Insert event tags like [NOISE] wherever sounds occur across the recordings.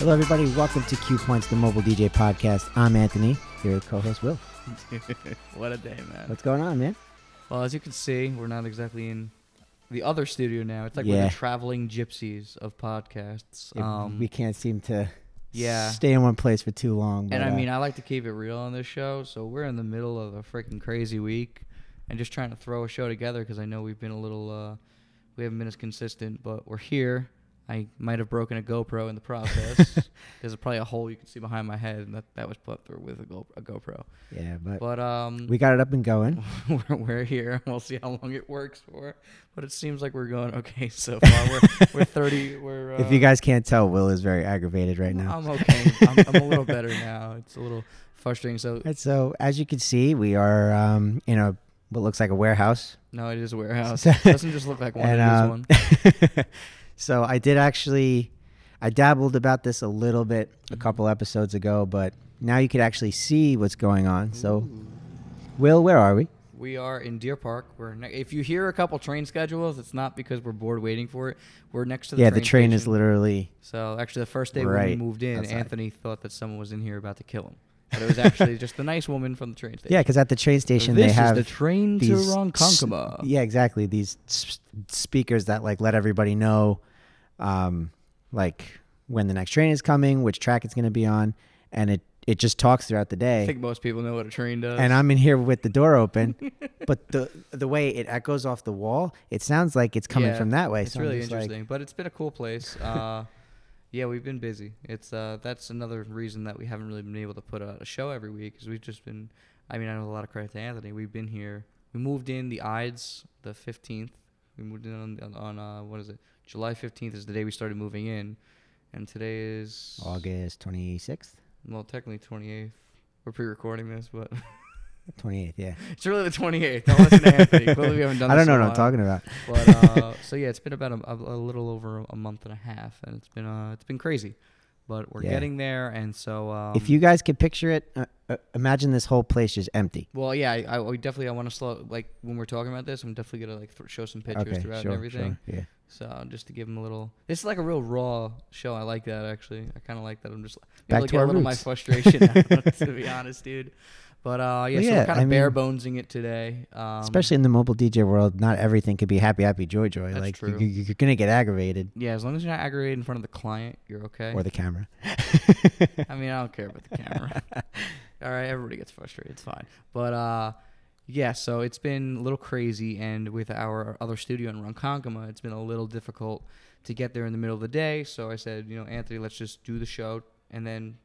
Hello, everybody. Welcome to Q Points, the mobile DJ podcast. I'm Anthony. Here with co-host Will. what a day, man. What's going on, man? Well, as you can see, we're not exactly in the other studio now. It's like we're Yeah. the traveling gypsies of podcasts. Um, we can't seem to yeah. stay in one place for too long. and but, I uh, mean, I like to keep it real on this show, so we're in the middle of a freaking crazy week and just trying to throw a show together because I know we've been a little, uh, we haven't been as consistent, but we're here. I might have broken a GoPro in [LAUGHS] the process. There's probably a hole you can see behind my head, and that, that was put through with a, Go, a GoPro. yeah, but, But um, we got it up and going. [LAUGHS] we're, we're here. We'll see how long it works for. But it seems like we're going okay so far. We're, [LAUGHS] we're 30. We're. Uh, if you guys can't tell, Will is very aggravated right now. I'm okay. I'm, I'm a little better now. It's a little frustrating. [LAUGHS] So [LAUGHS] And so, as you can see, we are um, in a what looks like a warehouse. no, it is [LAUGHS] a warehouse. So- It doesn't just look like one. And, it is um, [LAUGHS] one. so I did actually, I dabbled about this a little bit a Mm-hmm. couple episodes ago, but now you could actually see what's going on. So, Will, where are we? We are in Deer Park. We're ne- if you hear a couple train schedules, it's not because we're bored waiting for it. We're next to the yeah, train the train is station. literally. So actually, the first day when we Right moved in, outside. Anthony thought that someone was in here about to kill him, but it [LAUGHS] was actually just the nice woman from the train station. Yeah, because at the train station this they have is the train to these s- Ronkonkoma. yeah, exactly. These s- speakers that like let everybody know, um, like when the next train is coming, which track it's going to be on, and it it just talks throughout the day. I think most people know what a train does. and I'm in here with the door open, [LAUGHS] but the the way it echoes off the wall, it sounds like it's coming Yeah, from that way. It's so I'm really just like- interesting, but it's been a [LAUGHS] cool place. Uh, yeah, we've been busy. It's uh, that's another reason that we haven't really been able to put out a show every week is we've just been. I mean, I know a lot of credit to Anthony. We've been here. We moved in the Ides the fifteenth. We moved in on, on uh, what is it? July fifteenth is the day we started moving in, and today is August 26th, Well, technically twenty eighth. We're pre-recording this, but [LAUGHS] 28th. Yeah, it's really the twenty eighth. Don't listen to [LAUGHS] Anthony. Clearly, we haven't done. I this don't know in a what I'm while. talking about. But [LAUGHS] uh, so yeah, it's been about a, a, a little over a month and a half, and it's been uh, it's been crazy, but we're Yeah. getting there, and so um, if you guys could picture it, uh, uh, imagine this whole place just empty. well, yeah, I, I we definitely I want to slow like when we're talking about this, I'm definitely gonna like th- show some pictures okay, throughout sure, and everything, Sure, yeah. so just to give them a little. This is like a real raw show. I like that actually. I kind of like that. I'm just Back able to to get our a little of my roots. [LAUGHS] frustration out, [LAUGHS] to be honest, dude. But uh, Well, yeah, so yeah, we're kind I of mean- bare bonesing it today, um, Especially in the mobile DJ world, not everything could be happy, happy, joy, joy. That's like true. You, you- you're gonna get aggravated Yeah, as long as you're not aggravated in front of the client, you're okay. or the camera. I mean, I don't care about the camera. All right, everybody gets frustrated. It's fine. But uh, yeah, so it's been a little crazy, and with our other studio in Ronkonkoma, it's been a little difficult to get there in the middle of the day. So I said, you know, Anthony, let's just do the show, and then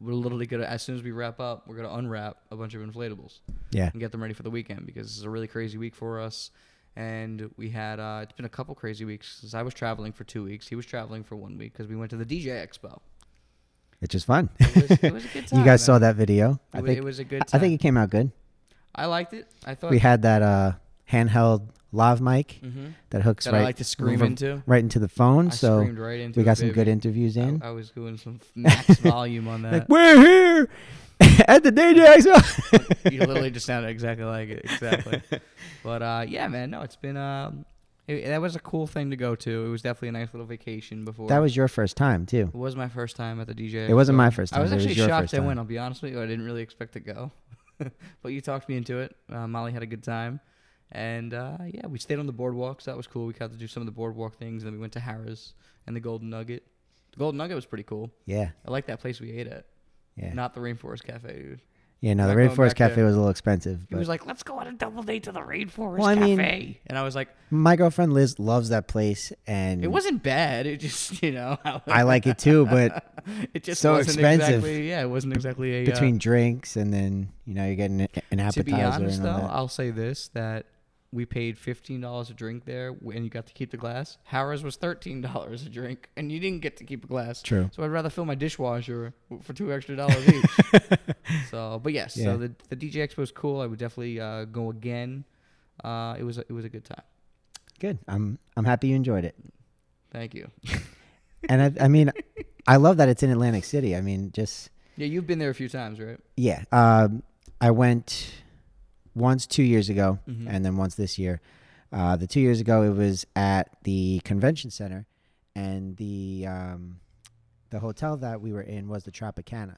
we're literally gonna, as soon as we wrap up, we're gonna unwrap a bunch of inflatables [LAUGHS] Yeah, and get them ready for the weekend because this is a really crazy week for us. And we had uh, it's been a couple crazy weeks since I was traveling for two weeks. He was traveling for one week because we went to the DJ Expo. which is fun. [LAUGHS] It was, it was a good time. you guys man. saw that video. It, I wa- think it was a good I time. think it came out good. I liked it. I thought We had that uh, handheld lav mic hmm that hooks that right I like to scream over- into. right into the phone. I so screamed right into Oh, we it, got some baby. good interviews in. I, I was [LAUGHS] doing some max volume on like that. we're here [LAUGHS] at the DJ Expo. you literally just sounded exactly like it. [LAUGHS] Exactly. but uh, yeah, man. No, it's been um, it, that was a cool thing to go to. It was definitely a nice little vacation before. that was your first time too. It was my first time at the DJ. It wasn't Expo. my first I time, was it was actually your shocked first I went. time. I'll be honest with you. I didn't really expect to go, [LAUGHS] but you talked me into it. Uh, Molly had a good time, and uh, yeah, we stayed on the boardwalk, so that was cool. We got to do some of the boardwalk things, and then we went to Harris and the Golden Nugget. The Golden Nugget was pretty cool. Yeah, I like that place we ate at. yeah, Not the Rainforest Cafe, dude. yeah. No, the not going Rainforest back there. Cafe was a little expensive, He but was like, "Let's go on a double date to the Rainforest Well, I mean- Cafe," and I was like, my girlfriend Liz loves that place, and "It wasn't bad. It just, [LAUGHS] you know, Mm. I like it too. But [LAUGHS] it just so wasn't expensive. exactly. Yeah, it wasn't exactly a uh, between drinks and then you know you're getting an an appetizer to be honest and all though that. i'll say this that we paid $15 a drink there w- and you got to keep the glass harris was $13 a drink and you didn't get to keep a glass True. so i'd rather fill my dishwasher w- for two extra dollars [LAUGHS] each so but yes Yeah. so the, the dj expo was cool i would definitely uh, go again uh, it was a, it was a good time Good. I'm I'm happy you enjoyed it, thank you and I, I mean, I love that it's in Atlantic City. I mean, just yeah you've been there a few times right Yeah. Um, I went once two years ago Mm-hmm. and then once this year. Uh, the two years ago, it was at the convention center, and the um, the hotel that we were in was the Tropicana.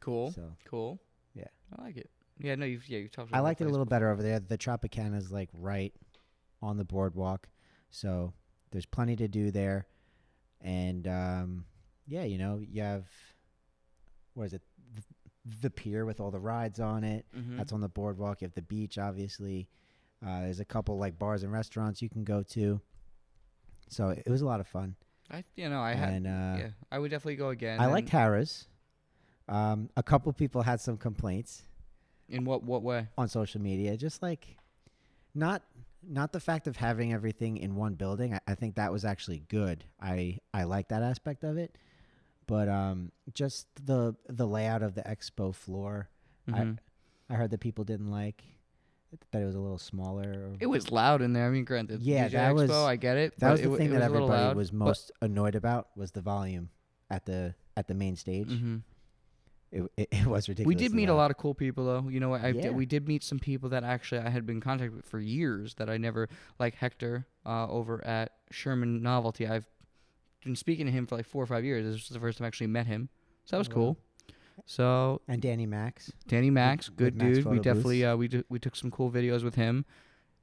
Cool. So Cool. Yeah. I like it. Yeah, no, you've yeah, you've talked about I that liked it a place little better over there. The Tropicana is like right on the boardwalk, so there's plenty to do there. And um, yeah, you know, you have what is it? Th- The pier with all the rides on it. Mhm. That's on the boardwalk. You have the beach, obviously. Uh, there's a couple like bars and restaurants you can go to. So it was a lot of fun. I you know I had and, uh, yeah I would definitely go again. I and- liked Harris. Um, a couple people had some complaints in what what way? on social media, just like not not the fact of having everything in one building. I, I think that was actually good. I I like that aspect of it, but um, just the the layout of the expo floor. Mm-hmm. Mhm. I I heard that people didn't like that it was a little smaller. Or, It was loud in there. I mean, granted, Yeah, DJ that Expo, was- I get it. that but was it, the wa- thing it that was a little everybody loud, was but- most annoyed about was the volume at the at the main stage. Mhm. It, it, it was ridiculous. We did meet a lot of cool people though. You know, I Yeah. did, we did meet some people that actually I had been in contact with for years that I never like Hector uh, over at Sherman Novelty. I've been speaking to him for like four or five years. This was the first time I actually met him, so that was Oh, wow. cool. So And Danny Max. Danny Max, with good Max dude. photo we definitely booths. uh, we d- we took some cool videos with him.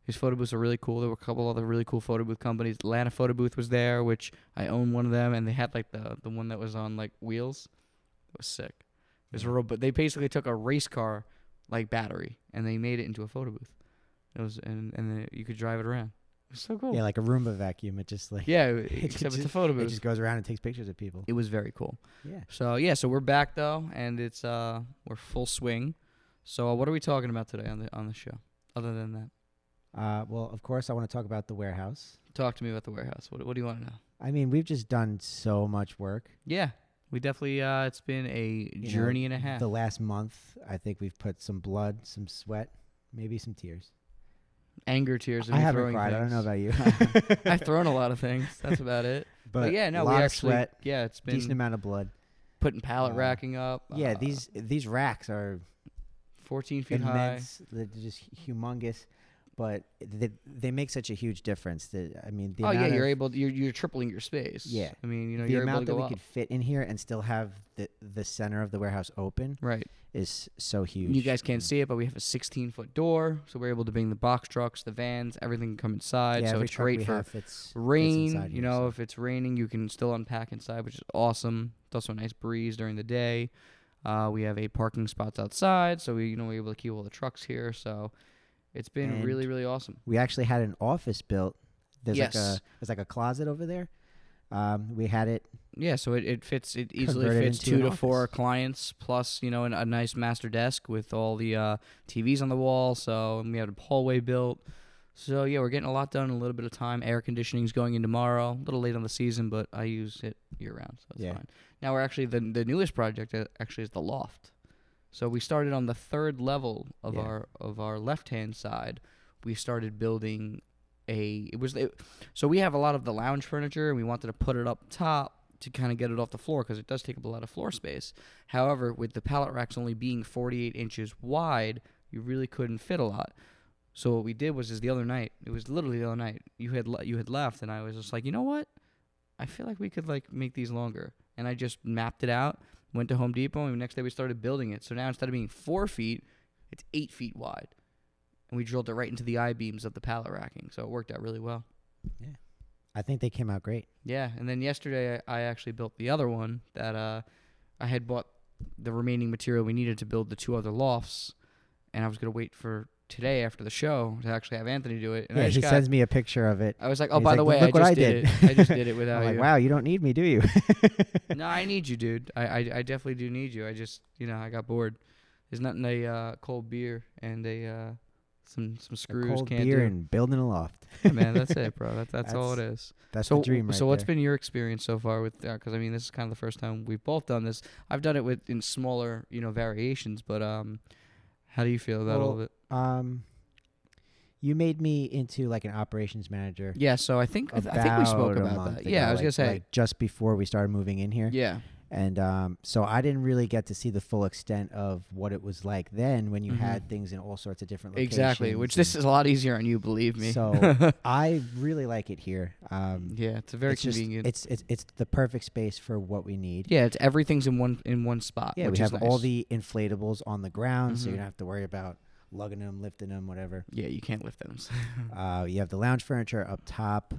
His photo booths are really cool. There were a couple other really cool photo booth companies. Atlanta Photo Booth was there, which I own one of them, and they had like the the one that was on like wheels. It was sick. It was a robot. They basically took a race car like battery and they made it into a photo booth. It was and and then you could drive it around. It was so cool. Yeah, like a Roomba vacuum. [LAUGHS] It just like Oh. yeah except it's a photo it booth. just goes around and takes pictures of people. It was very cool. Yeah. So yeah, so we're back though, and it's uh we're full swing. So uh, what are we talking about today on the on the show? Other than that, Uh, well, of course, I want to talk about the warehouse. talk to me about the warehouse. What what do you want to know? I mean, we've just done so much work. Yeah, we definitely uh it's been a you know, journey and a half. The last month, I think we've put some blood, some sweat, maybe some tears. Anger tears. of I me haven't throwing cried. I don't know things. about you, [LAUGHS] [LAUGHS] I've thrown a lot of things. That's about it. But, yeah, no, a we lot of actually sweat, yeah, it's been decent amount of blood. putting pallet uh, racking up. yeah, uh, these these racks are 14 feet high. immense. They're just humongous, but they, they make such a huge difference. That I mean, the Oh yeah, amount you're of- able. You're you're tripling your space. Yeah. I mean, you know, the you're able amount to that go we up. could fit in here and still have the the center of the warehouse open right. is so huge. You guys can't see it, but we have a 16 foot door, so we're able to bring the box trucks, the vans, everything can come inside. Yeah, so every it's truck great we for have fits- fits rain. inside you here, know, so- if it's raining, you can still unpack inside, which is awesome. It's also a nice breeze during the day. Uh, we have eight parking spots outside, so we you know we're able to keep all the trucks here. So it's been And- really really awesome. we actually had an office built. There's like Yes. a there's like a closet over there. Um, we had it. Yeah, so it, it fits it easily Convert it fits into two an to office. four clients plus you know an, a nice master desk with all the uh, TVs on the wall. So and we had a hallway built. So yeah, we're getting a lot done in a little bit of time. Air conditioning's going in tomorrow. A little late on the season, but I use it year round, so it's Yeah. fine. Now we're actually the the newest project uh, actually is the loft. So we started on the third level of Yeah. our of our left hand side. We started building a it was it, so we have a lot of the lounge furniture and we wanted to put it up top to kind of get it off the floor because it does take up a lot of floor space. However, with the pallet racks only being 48 inches wide, you really couldn't fit a lot. So what we did was is the other night, it was literally the other night, you had le- you had left and I was just like, "You know what? I feel like we could like make these longer." And I just mapped it out, went to Home Depot, and the next day we started building it. So now instead of being 4 feet, it's 8 feet wide. And we drilled it right into the I beams of the pallet racking. So it worked out really well. I think they came out great. Yeah, and then yesterday I, I actually built the other one that uh, I had bought the remaining material we needed to build the two other lofts, and I was gonna wait for today after the show to actually have Anthony do it. And I yeah, just he got, sends me a picture of it. I was like, oh, he's by like, the way, "Look what I just I did. did." it. I just did it [LAUGHS] without I'm like, you. wow, you don't need me, do you? [LAUGHS] No, I need you, dude. I, I I definitely do need you. I just you know I got bored. There's nothing a uh, cold beer and a uh, some some A screws cold can't beer do. and building a loft. Yeah, [LAUGHS] man, that's it, bro. That, that's, all it is. [LAUGHS] That's so, the dream, right so what's there. been your experience so far with that? Because I mean, this is kind of the first time we've both done this. I've done it with in smaller, you know, variations. But um, how do you feel about all of Well, it? Um, you made me into like an operations manager. Yeah. So I think I, th- I think we spoke a about month that. ago, Yeah, I was like- gonna say. like, just before we started moving in here. yeah. And um, so I didn't really get to see the full extent of what it was like then when you Mhm. had things in all sorts of different locations. Exactly, which and- this is a lot easier on you, believe me. [LAUGHS] So- I really like it here. Um, yeah, it's a very it's just- convenient. it's, it's it's the perfect space for what we need. yeah, it's everything's in one in one spot. Yeah, which we is have all nice. the inflatables on the ground, so you Mhm. don't have to worry about lugging them, lifting them, whatever. Yeah, you can't lift them. Uh, you have the lounge furniture up top.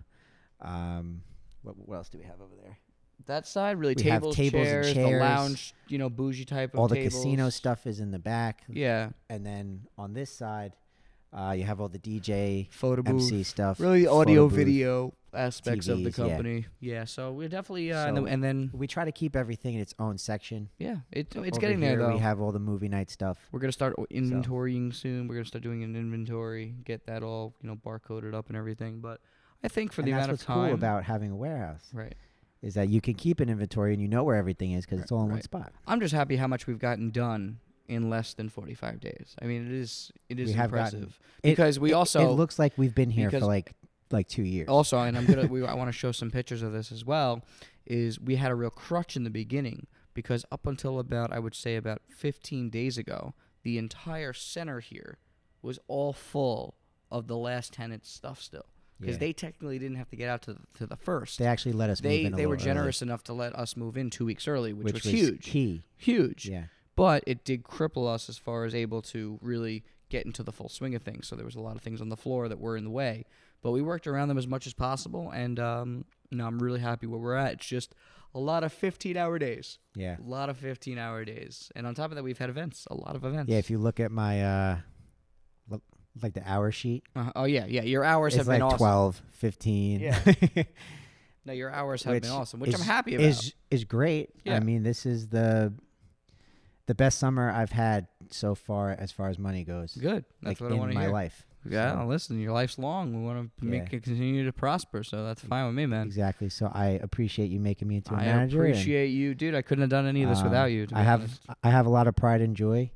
Um, what, what else do we have over there? [LAUGHS] that side really We have tables, tables and chairs, the chairs. lounge, you know, bougie type of all the tables. casino stuff is in the back, Yeah, and then on this side, uh, you have all the DJ, photo booth. MC stuff, Really, photo audio, booth. video aspects of the TVs, yeah. company. Yeah, so we're definitely uh, and, So- then, and then We try to keep everything in its own section. yeah, it, it's Over getting there here, though. We have all the movie night stuff. We're gonna start o- inventorying soon. We're gonna start doing an inventory, get that all you know barcoded up and everything. But I think for the and amount that's what's of time, cool about having a warehouse right? is that you can keep an inventory and you know where everything is because it's all in one right. spot. I'm just happy how much we've gotten done in less than 45 days. I mean, it is it is We have gotten- impressive It- because we it- also it looks like we've been here for because- like like two years. also and I'm gonna [LAUGHS] we, I want to show some pictures of this as well. Is we had a real crutch in the beginning because up until about I would say about 15 days ago, the entire center here was all full of the last tenant's stuff still. because Yeah. they technically didn't have to get out to the, to the first. They actually let us move They in a they were little early, generous enough to let us move in two weeks early, which, which, was, huge, Key, huge. yeah. But it did cripple us as far as able to really get into the full swing of things. So there was a lot of things on the floor that were in the way, but we worked around them as much as possible. And um, you know, I'm really happy where we're at. It's just a lot of 15 hour days, Yeah. a lot of 15 hour days, and on top of that, we've had events, a lot of events. Yeah, if you look at my uh look, like the hour sheet, Uh, oh yeah, yeah. Your hours it's have like been awesome. twelve, fifteen. 12, 15. [LAUGHS] No, your hours have which been awesome, which is- I'm happy about. is is great. Yeah. I mean, this is the the best summer I've had so far as far as money goes. Good. That's like what I in want to my hear. life. Yeah, So- listen, your life's long. We want to make Yeah. it continue to prosper, so that's fine with me, man. Exactly. So I appreciate you making me into a I manager. and, appreciate you, dude. I couldn't have done any of this um, without you. To be I have honest. I have a lot of pride and joy.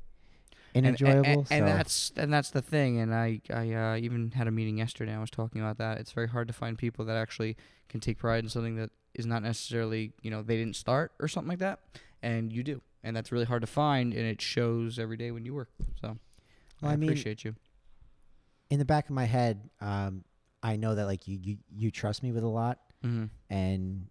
And, And- enjoyable. and, and, and so that's and that's the thing. And I I uh, even had a meeting yesterday. I was talking about that. It's very hard to find people that actually can take pride in something that is not necessarily you know they didn't start or something like that, and you do, and that's really hard to find, and it shows every day when you work. So Well, I, I mean, appreciate you. in the back of my head, um, I know that like you, you you trust me with a lot Mm-hmm. and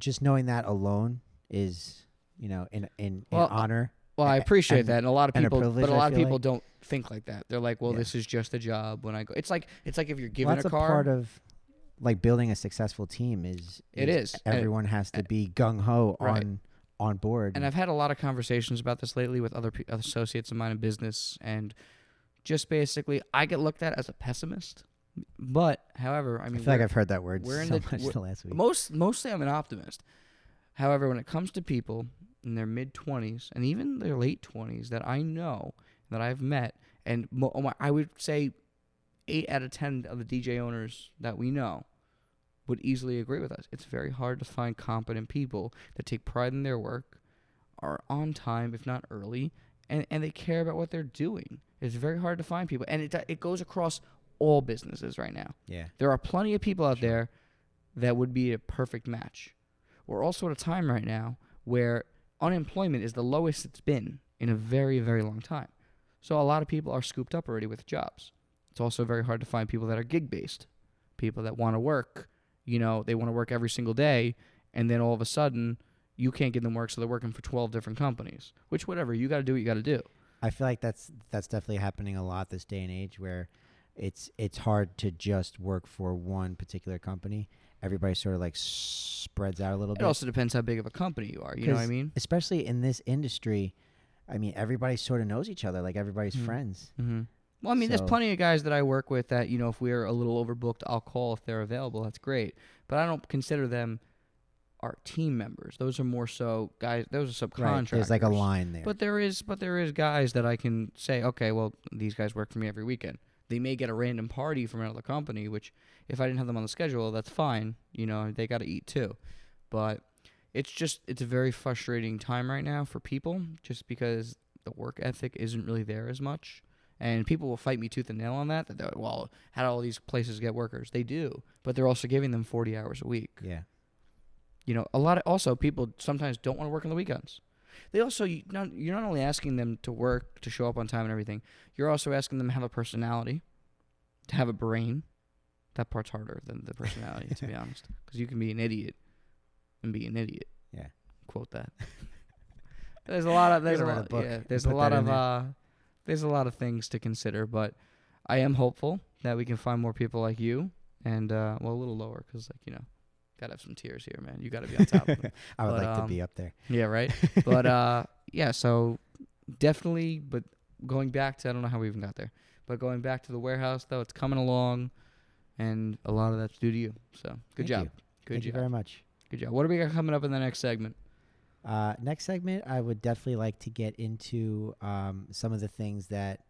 just knowing that alone is you know in in, Well, uh, in honor Well, I a- appreciate and- that, and a lot of and a people, privilege, but a I lot of feel people like. don't think like that. They're like, "Well, Yeah. this is just a job." When I go, it's like it's like if you're Well, given that's a car, part of like building a successful team is It is. And- everyone has to be gung ho Right. on on board and I've had a lot of conversations about this lately with other pe- associates of mine in business, and just basically, I get looked at as a pessimist. But, however, I I mean, feel like we're- I've heard that word we're in so the- much we're- the last week most mostly I'm an optimist. However, when it comes to people in their mid 20s and even their late 20s that I know that I've met, and mo- oh my, I would say eight out of 10 of the DJ owners that we know would easily agree with us. It's very hard to find competent people that take pride in their work, are on time, if not early, and, and they care about what they're doing. It's very hard to find people. And it, it goes across all businesses right now. yeah There are plenty of people out there that would be a perfect match. We're also at a time right now where unemployment is the lowest it's been in a very, very long time. So a lot of people are scooped up already with jobs. It's also very hard to find people that are gig based, people that want to work. You know, they want to work every single day, and then all of a sudden, you can't get them work, so they're working for 12 different companies, which, whatever, you got to do what you got to do. I feel like that's that's definitely happening a lot this day and age where it's it's hard to just work for one particular company everybody sort of like spreads out a little It bit also depends how big of a company you are. You know what I 'Cause mean? especially in this industry I mean everybody sort of knows each other like everybody's Mhm. friends Mm-hmm. Well, I mean, So- there's plenty of guys that I work with that you know, if we're a little overbooked, I'll call if they're available. That's great, but I don't consider them our team members. Those are more so guys. Those are right subcontractors. there's like a line there But there is, but there is guys that I can say, okay, well, these guys work for me every weekend. They may get a random party from another company, which if I didn't have them on the schedule, that's fine. You know, they got to eat too. But it's just it's a very frustrating time right now for people, just because the work ethic isn't really there as much. And people will fight me tooth and nail on that. That they're, well, how do all these places get workers? They do, but they're also giving them forty hours a week. yeah You know, a lot of also people sometimes don't want to work on the weekends. They also you not, you're not only asking them to work to show up on time and everything. You're also asking them to have a personality, to have a brain. That part's harder than the [LAUGHS] personality, to be honest, because you can be an idiot and be an idiot. Yeah. Quote that. [LAUGHS] there's a lot of there's, Gotta a write a lot book yeah, and there's a put lot that in of there. uh, there's a lot of things to consider, but I am hopeful that we can find more people like you and uh, well a little lower because like you know gotta have some tears here, man. You gotta be on [LAUGHS] top of them. I would But, like to um, be up there. yeah, [LAUGHS] right. But uh, yeah, so definitely. But going back to I don't know how we even got there, but going back to the warehouse though, it's coming along, and a lot of that's due to you. So Thank good job. you. Good Thank you job. very much. Good job. What do we got coming up in the next segment? Uh, next segment, I would definitely like to get into um, some of the things that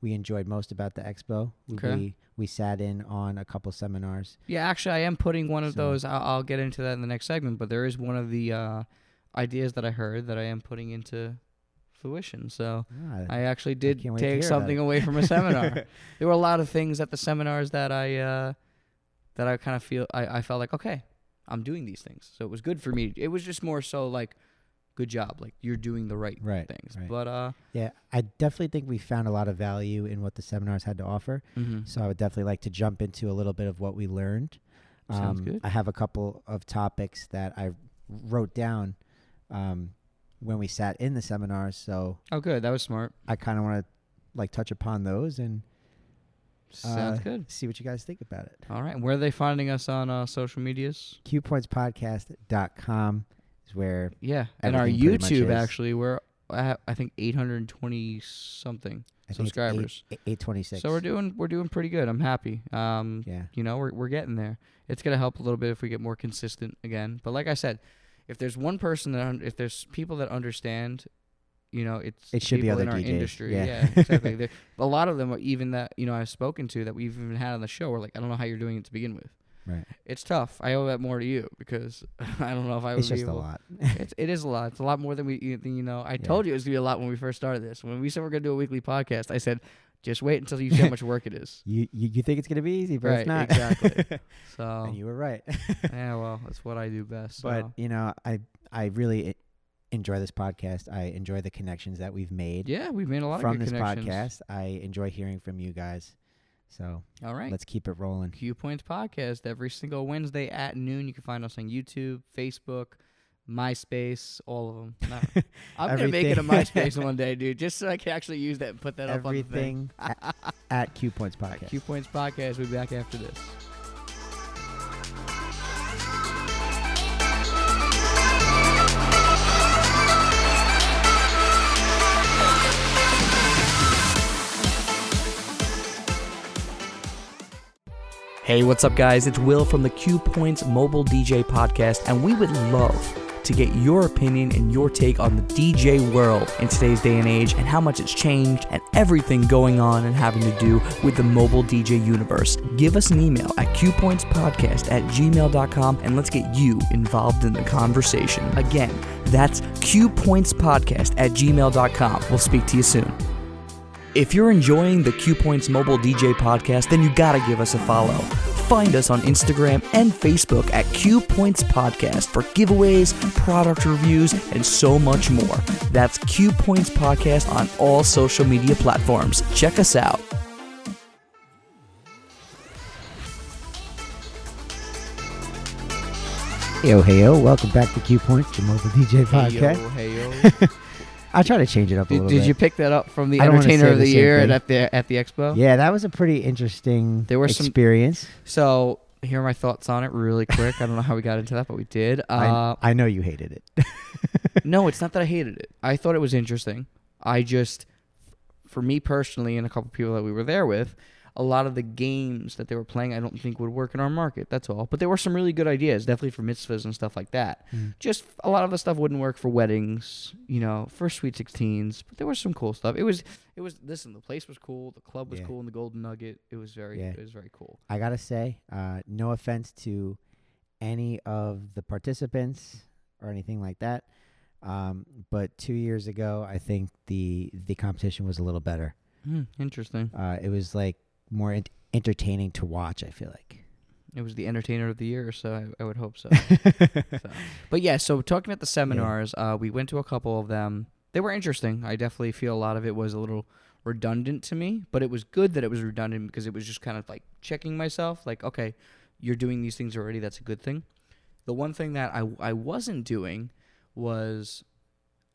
we enjoyed most about the expo. We- Okay. We we sat in on a couple seminars. Yeah, actually, I am putting one of So- those. I'll, I'll get into that in the next segment. But there is one of the uh, ideas that I heard that I am putting into fruition. So Ah, I actually did can't wait to hear take about something it. away from a [LAUGHS] seminar. there were a lot of things at the seminars that I uh, that I kind of feel I, I felt like okay, I'm doing these things. So it was good for me. It was just more so like good job, like you're doing the right [LAUGHS] right. things. right. But uh, Yeah, I definitely think we found a lot of value in what the seminars had to offer. So I would definitely like to jump into a little bit of what we learned. Um, Sounds good. I have a couple of topics that I wrote down um, when we sat in the seminars. So oh, good, that was smart. I kind of want to like touch upon those and Sounds Uh, good. see what you guys think about it. All right, where are they finding us on uh, social medias? QPointsPodcast.com is where Yeah, and our Everything pretty much YouTube is. actually, we're at, I think 820 I something think it's subscribers. eight- eight twenty six. So we're doing we're doing pretty good. I'm happy. Um, yeah, you know, we're we're getting there. It's gonna help a little bit if we get more consistent again. But like I said, if there's one person that un- if there's people that understand, you know, it's It the should be people in other our DJs. industry. Yeah. [LAUGHS] exactly. There- a lot of them, are even that you know, I've spoken to that we've even had on the show, are like, I don't know how you're doing it to begin with. Right. It's tough. I owe that more to you because [LAUGHS] I don't know if I would it's be just a able- lot. it's, it is a lot. It's a lot more than we, you, than you know. I Yeah. told you it was gonna be a lot when we first started this. When we said we're gonna do a weekly podcast, I said, just wait until you see [LAUGHS] how much work it is. You, you you think it's gonna be easy, but right, it's not. exactly. So [LAUGHS] and you were right. yeah, well, that's what I do best. but [LAUGHS] so. you know, I I really e- enjoy this podcast. I enjoy the connections that we've made yeah, we've made a lot from of good this connections. podcast. I enjoy hearing from you guys. So All right. let's keep it rolling. Q Points Podcast every single Wednesday at noon. You can find us on YouTube, Facebook, MySpace, all of them. [LAUGHS] No, I'm gonna make it a Everything. MySpace one day, dude, just so I can actually use that and put that up on the thing. Everything at, at Q [LAUGHS] Points All right, Podcast. Q Points Podcast. We'll be back after this. Hey, what's up, guys? It's Will from the Q Points Mobile DJ Podcast, and we would love to get your opinion and your take on the DJ world in today's day and age and how much it's changed and everything going on and having to do with the mobile DJ universe. Give us an email at qpointspodcast at gmail.com and let's get you involved in the conversation. Again, that's qpointspodcast at gmail.com. We'll speak to you soon. If you're enjoying the Q Points Mobile DJ podcast, then you gotta give us a follow. Find us on Instagram and Facebook at Q Points Podcast for giveaways, product reviews, and so much more. That's Q Points Podcast on all social media platforms. Check us out. Yo, hey, yo, welcome back to Q Points, the mobile DJ podcast. [LAUGHS] Hey yo, [LAUGHS] hey yo. I try to change it up a Did, little did bit. you pick that up from the I don't wanna Entertainer say of the the same Year thing. at the at the expo? Yeah, that was a pretty interesting There were some- experience. So here are my thoughts on it, really quick. I don't know how we got into that, but we did. Uh, [LAUGHS] I, I know you hated it. [LAUGHS] no, it's not that I hated it. I thought it was interesting. I just, for me personally, and a couple people that we were there with, a lot of the games that they were playing, I don't think would work in our market. That's all. But there were some really good ideas, definitely for mitzvahs and stuff like that. Just a lot of the stuff wouldn't work for weddings, you know, for sweet sixteens. But there was some cool stuff. It was, it was. Listen, the place was cool. The club was Yeah. cool, and the Golden Nugget. It was very, Yeah. it was very cool. I gotta say, uh, no offense to any of the participants or anything like that, um, but two years ago, I think the the competition was a little better. Hmm, interesting. [LAUGHS] Uh, it was like more ent- entertaining to watch. I feel like It was the entertainer of the year, so I, I would [LAUGHS] hope so. so. But yeah, so talking about the seminars, uh, we went to a couple of them. They were interesting. I definitely feel a lot of it was a little redundant to me, but it was good that it was redundant because it was just kind of like checking myself, like, okay, you're doing these things already. That's a good thing. The one thing that I, I wasn't doing was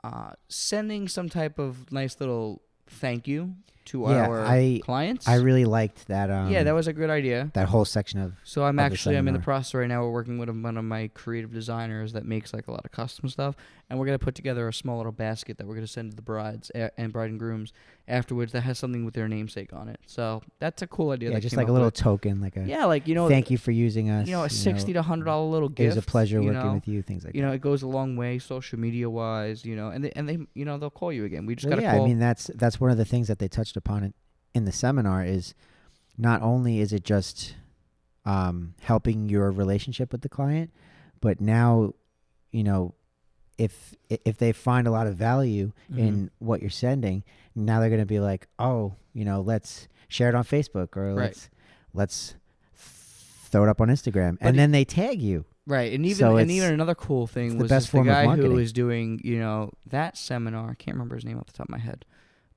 uh, sending some type of nice little thank you to Yeah, our I- clients. I really liked that. Um, yeah, that was a good idea. that whole section of So I'm Other actually I'm in the seminar. process right now. We're working with one of my creative designers that makes like a lot of custom stuff, and we're gonna put together a small little basket that we're gonna send to the brides a- and bride and grooms afterwards that has something with their namesake on it. So that's a cool idea. yeah, that just came like a up little with. token, like a yeah, like you know, thank you for using us. you know, a sixty to hundred dollar little It gift. was a pleasure you working know? with you. Things like You know, it goes a long way, social media wise. You know, and they, and they you know they'll call you again. We just Well, gotta yeah, call. I mean that's that's one of the things that they touched upon in, in the seminar is not only is it just um, helping your relationship with the client, but now you know if i- if they find a lot of value Mm-hmm. in what you're sending, now they're going to be like, oh, you know, let's share it on Facebook or Right. let's let's throw it up on Instagram, But and it- then they tag you. Right, and even So and it's- even another cool thing it's the was best this form the of guy who marketing. was doing you know that seminar. I can't remember his name off the top of my head,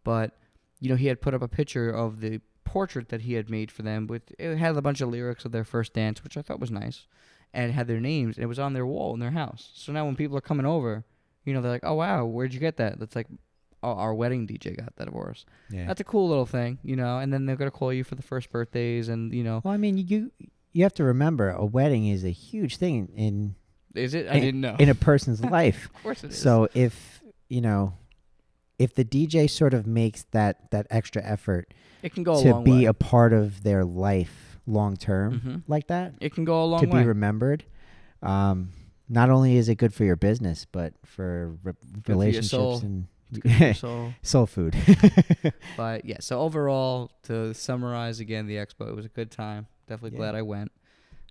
but you know he had put up a picture of the portrait that he had made for them with it had a bunch of lyrics of their first dance, which I thought was nice, and it had their names. And it was on their wall in their house. So now when people are coming over, you know they're like, "Oh wow, where'd you get that?" That's like, "Oh, our wedding DJ got that for us." Yeah. That's a cool little thing, you know. And then they're gonna call you for the first birthdays, and you know, well, I mean, you you have to remember a wedding is a huge thing in is it? I in- didn't know. [LAUGHS] in a person's life. of course it is. So if you know, if the DJ sort of makes that that extra effort it can go a to long be way. a part of their life long term Mhm. like that, It can go a long to way. be remembered, um, not only is it good for your business, but for re- your relationships soul. and It's good [LAUGHS] for your soul. soul food. [LAUGHS] But yeah, so overall, to summarize again, the expo it was a good time. Definitely Yeah. glad I went.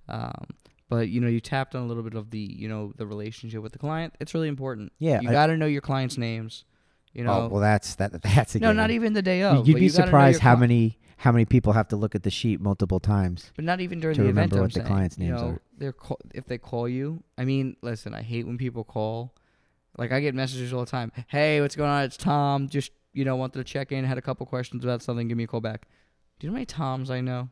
Um, but you know, you tapped on a little bit of the you know the relationship with the client. It's really important. Yeah, you I- got to know your clients' names. You know, oh well, that's that. [LAUGHS] That's a no, not given. even the day You- of. You'd but be you gotta know surprised your how cli- many how many people have to look at the sheet multiple times. But not even during to the event. remember I'm what the saying. clients' you names know, are. They're call, if they call you. I mean, listen, I hate when people call. Like I get messages all the time. Hey, what's going on? It's Tom. Just you know, wanted to check in. Had a couple questions about something. Give me a call back. Do you know how many Toms I know?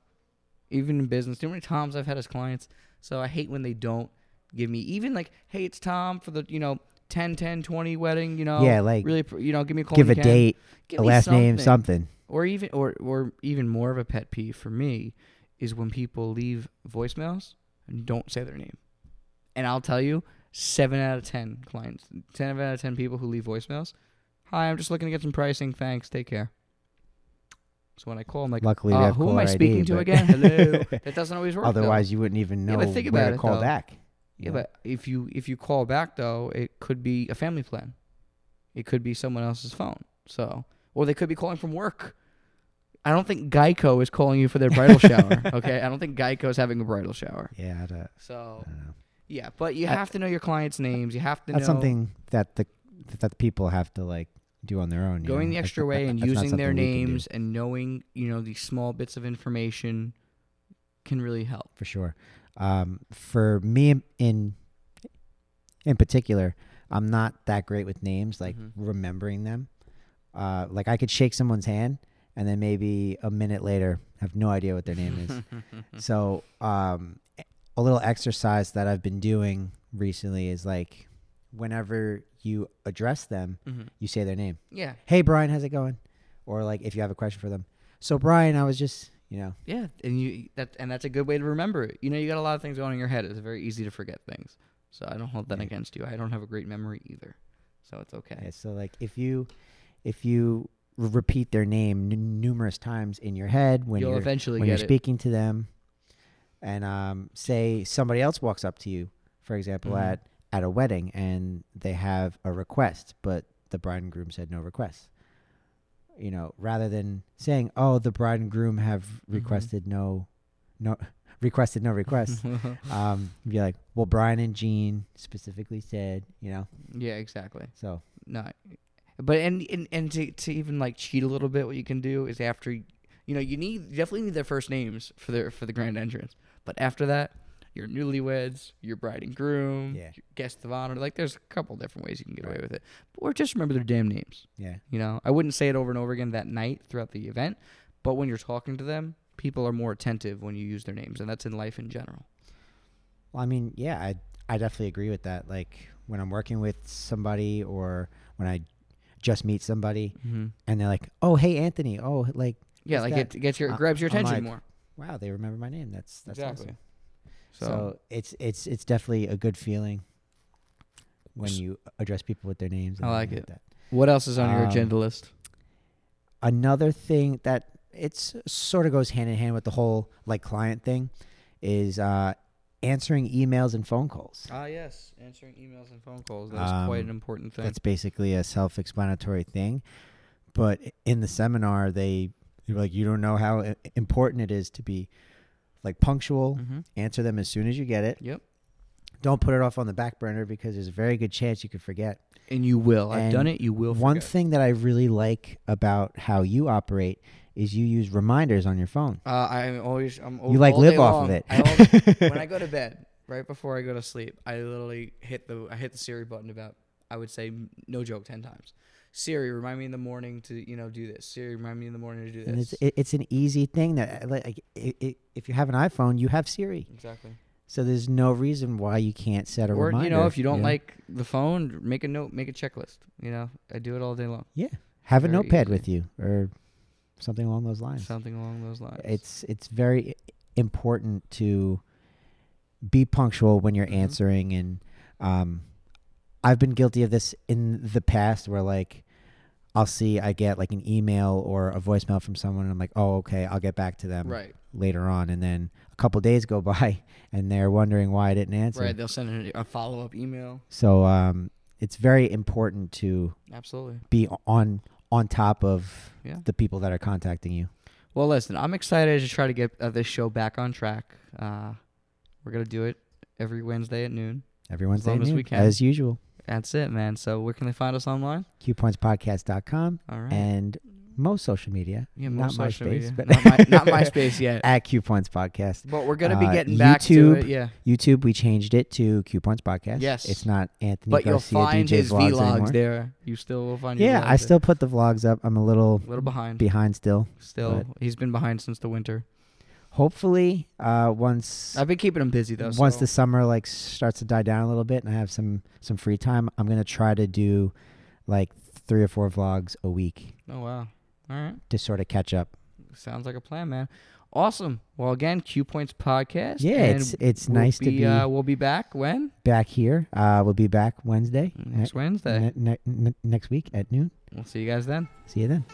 Even in business, do you know how many Toms I've had as clients? So I hate when they don't give me even like, hey, it's Tom for the you know 10, 10, 20 wedding. You know, Yeah, like, really, pr- you know, give me a call. Give a when you can. date, Give a me last name, something something. or even or or even more of a pet peeve for me is when people leave voicemails and don't say their name. And I'll tell you, seven out of ten clients, ten out of ten people who leave voicemails, hi, I'm just looking to get some pricing. Thanks, take care. So when I call, I'm like, Luckily, we uh, have who am I caller speaking ID, to but- [LAUGHS] again? Hello. that doesn't always work. though. Otherwise, you wouldn't even Yeah, know but think where about to it, call though. back. Yeah, you know? but if you if you call back though, it could be a family plan. It could be someone else's phone. So, or they could be calling from work. I don't think Geico is calling you for their [LAUGHS] bridal shower. Okay, I don't think Geico is having a bridal shower. yeah, I'd, uh, So, I don't know. yeah, but you I- have to know your clients' names. You have to that's know something that the that the people have to like do on their own. you going know? the That's extra not- way and that's not using their something we can do, names and knowing you know these small bits of information can really help. for sure. Um, for me in- in in particular, I'm not that great with names, like Mhm. remembering them. Uh, like I could shake someone's hand and then maybe a minute later have no idea what their name is. Mm-hmm. [LAUGHS] So, um, a little exercise that I've been doing recently is like whenever you address them, Mhm. you say their name. Yeah, Hey, Brian, how's it going? Or like if you have a question for them. So, Brian, I was just, you know, Yeah, and you that and that's a good way to remember it. You know, you got a lot of things going on in your head. It's very easy to forget things. So I don't hold that Yeah. against you. I don't have a great memory either. So it's okay. yeah, so like if you, if you r- repeat their name n- numerous times in your head when You'll you're eventually when you're get it. speaking to them, and um, say somebody else walks up to you, for example, Mhm. at at a wedding, and they have a request, but the bride and groom said no requests. You know, rather than saying, "Oh, the bride and groom have Mm-hmm. requested no, no, [LAUGHS] requested no [LAUGHS] requests," um, you'd be like, "Well, Brian and Jean specifically said, you know." yeah, exactly. So No, but and and, and to, to even like cheat a little bit, what you can do is after you you know, you need you definitely need their first names for their for the grand entrance. But after that, your newlyweds, your bride and groom, Yeah. your guest of honor. Like there's a couple different ways you can get away with it. Or just remember their damn names. Yeah. You know, I wouldn't say it over and over again that night throughout the event, but when you're talking to them, people are more attentive when you use their names, and that's in life in general. Well, I mean, yeah, I I definitely agree with that. Like when I'm working with somebody or when I just meet somebody Mm-hmm. and they're like, "Oh, hey, Anthony." Oh, like, Yeah, What's like that? it gets your I- it grabs your I'm attention like- more. "Wow, they remember my name." That's that's exactly. awesome. So, So, it's it's it's definitely a good feeling when S- you address people with their names. and I like everything it. that. what else is on your Um, agenda list? another thing that it's sort of goes hand in hand with the whole like client thing is uh answering emails and phone calls Ah, yes, answering emails and phone calls. That is quite an Um, important that's basically a self-explanatory thing but in the seminar they they were like you don't know how i- important it is to be like punctual Mm-hmm. answer them as soon as you get it Yep. don't put it off on the back burner because there's a very good chance you could forget And you will. I've And done it. You will. one forget. thing that i really like about how you operate is you use reminders on your phone Uh, I'm always. I'm You, like, Oh, all live day off of long, it. I al- [LAUGHS] when I go to bed, right before I go to sleep, I literally hit the I hit the Siri button about I would say no joke ten times. Siri, remind me in the morning to you know do this. Siri, remind me in the morning to do and this. it's it, it's an easy thing that like like, i i if you have an iPhone, you have Siri, exactly. so there's no reason why you can't set a Or reminder. you know, if you don't like the phone, make a note, make a checklist. You know, I do it all day long. have a very notepad easy. with you or something along those lines. Something along those lines. It's it's very i- important to be punctual when you're Mhm. answering, and um, I've been guilty of this in the past where like. I'll see I get like an email or a voicemail from someone and I'm like, "Oh, okay, I'll get back to them right, later on." And then a couple days go [LAUGHS] by and they're wondering why I didn't answer. right. They'll send a, a follow up email. So um, it's very important to Absolutely. be on on top of Yeah. the people that are contacting you. Well, listen, I'm excited to try to get uh, this show back on track. Uh, we're gonna do it every Wednesday at noon. Every Wednesday long as noon, we can. as usual. That's it, man. So where can they find us online? QPointsPodcast.com All right. and most social media. yeah, not most social MySpace, media. but- not, my, [LAUGHS] [LAUGHS] not MySpace yet. At QPoints Podcast. But we're gonna be uh, getting back to it. YouTube, Yeah. YouTube, we changed it to QPoints Podcast. Yes. It's not Anthony But Garcia you'll find DJ his vlogs, vlogs anymore. there. You still will find. your Yeah, vlogs I still put the vlogs up. I'm a little there. a little behind. behind still. still, he's been behind since the winter. Hopefully, uh, once I've been keeping him busy though. once so- the summer like starts to die down a little bit and I have some some free time, I'm gonna try to do like three or four vlogs a week Oh wow. All right. to sort of catch up. Sounds like a plan, man. Awesome. Well, again, Q Points podcast. Yeah, and it's it's we'll nice to be Uh, we'll be back when back here. Uh, we'll be back Wednesday Mm, next ne- Wednesday. ne- ne- ne- next week at noon. We'll see you guys then. See you then.